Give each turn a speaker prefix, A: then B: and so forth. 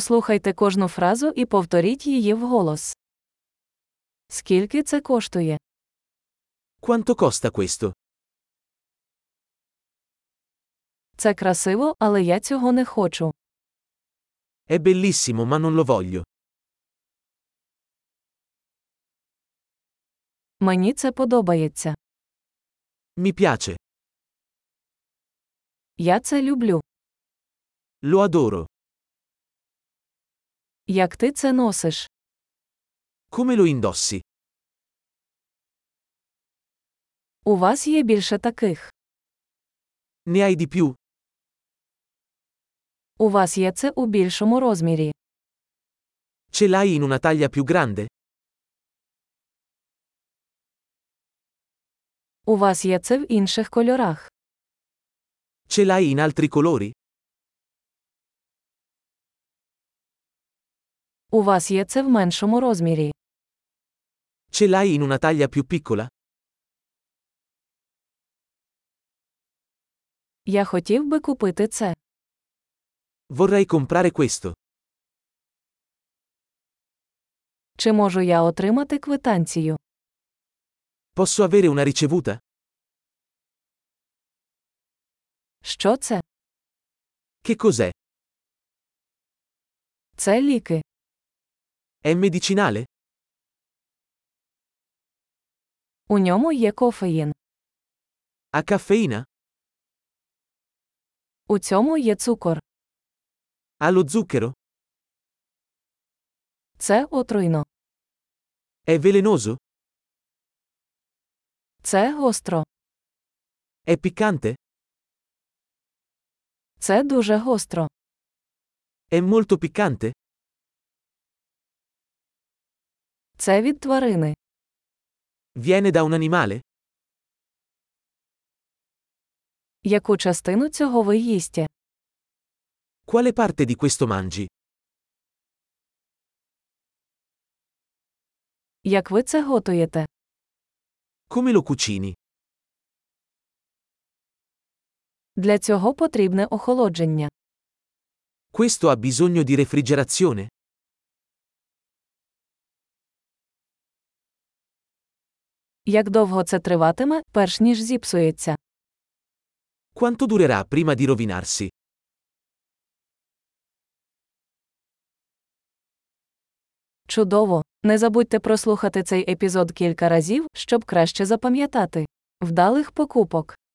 A: Послухайте кожну фразу і повторіть її вголос. Скільки це коштує?
B: Quanto costa questo?
A: Це красиво, але я цього не хочу.
B: È bellissimo ma non lo voglio.
A: Мені це подобається.
B: Mi piace.
A: Я це люблю.
B: Lo adoro.
A: Як ти це носиш?
B: Come lo indossi?
A: У вас є більше таких.
B: Ne hai di più?
A: У вас є це у більшому розмірі.
B: Ce l'hai in una taglia più grande?
A: У вас є це в інших кольорах.
B: Ce l'hai in altri colori?
A: У вас є це в меншому розмірі.
B: Ce l'hai in una taglia più piccola?
A: Я хотів би купити це.
B: Vorrei comprare questo.
A: Чи можу я отримати квитанцію?
B: Posso avere una ricevuta?
A: Що це?
B: Che cos'è?
A: Це ліки.
B: È medicinale?
A: У ньому є кофеїн.
B: Ha caffeina?
A: У цьому є цукор.
B: Ha lo zucchero?
A: Це отруйно.
B: È velenoso?
A: Це гостро.
B: È piccante?
A: Це дуже гостро.
B: È molto piccante?
A: Це від тварини.
B: Viene da un animale?
A: Яку частину цього ви їсте?
B: Quale parte di questo mangi?
A: Як ви це готуєте?
B: Come lo cucini?
A: Для цього потрібне охолодження.
B: Questo ha bisogno di refrigerazione?
A: Як довго це триватиме, перш ніж зіпсується?
B: Quanto durerà prima di rovinarsi?
A: Чудово! Не забудьте прослухати цей епізод кілька разів, щоб краще запам'ятати. Вдалих покупок!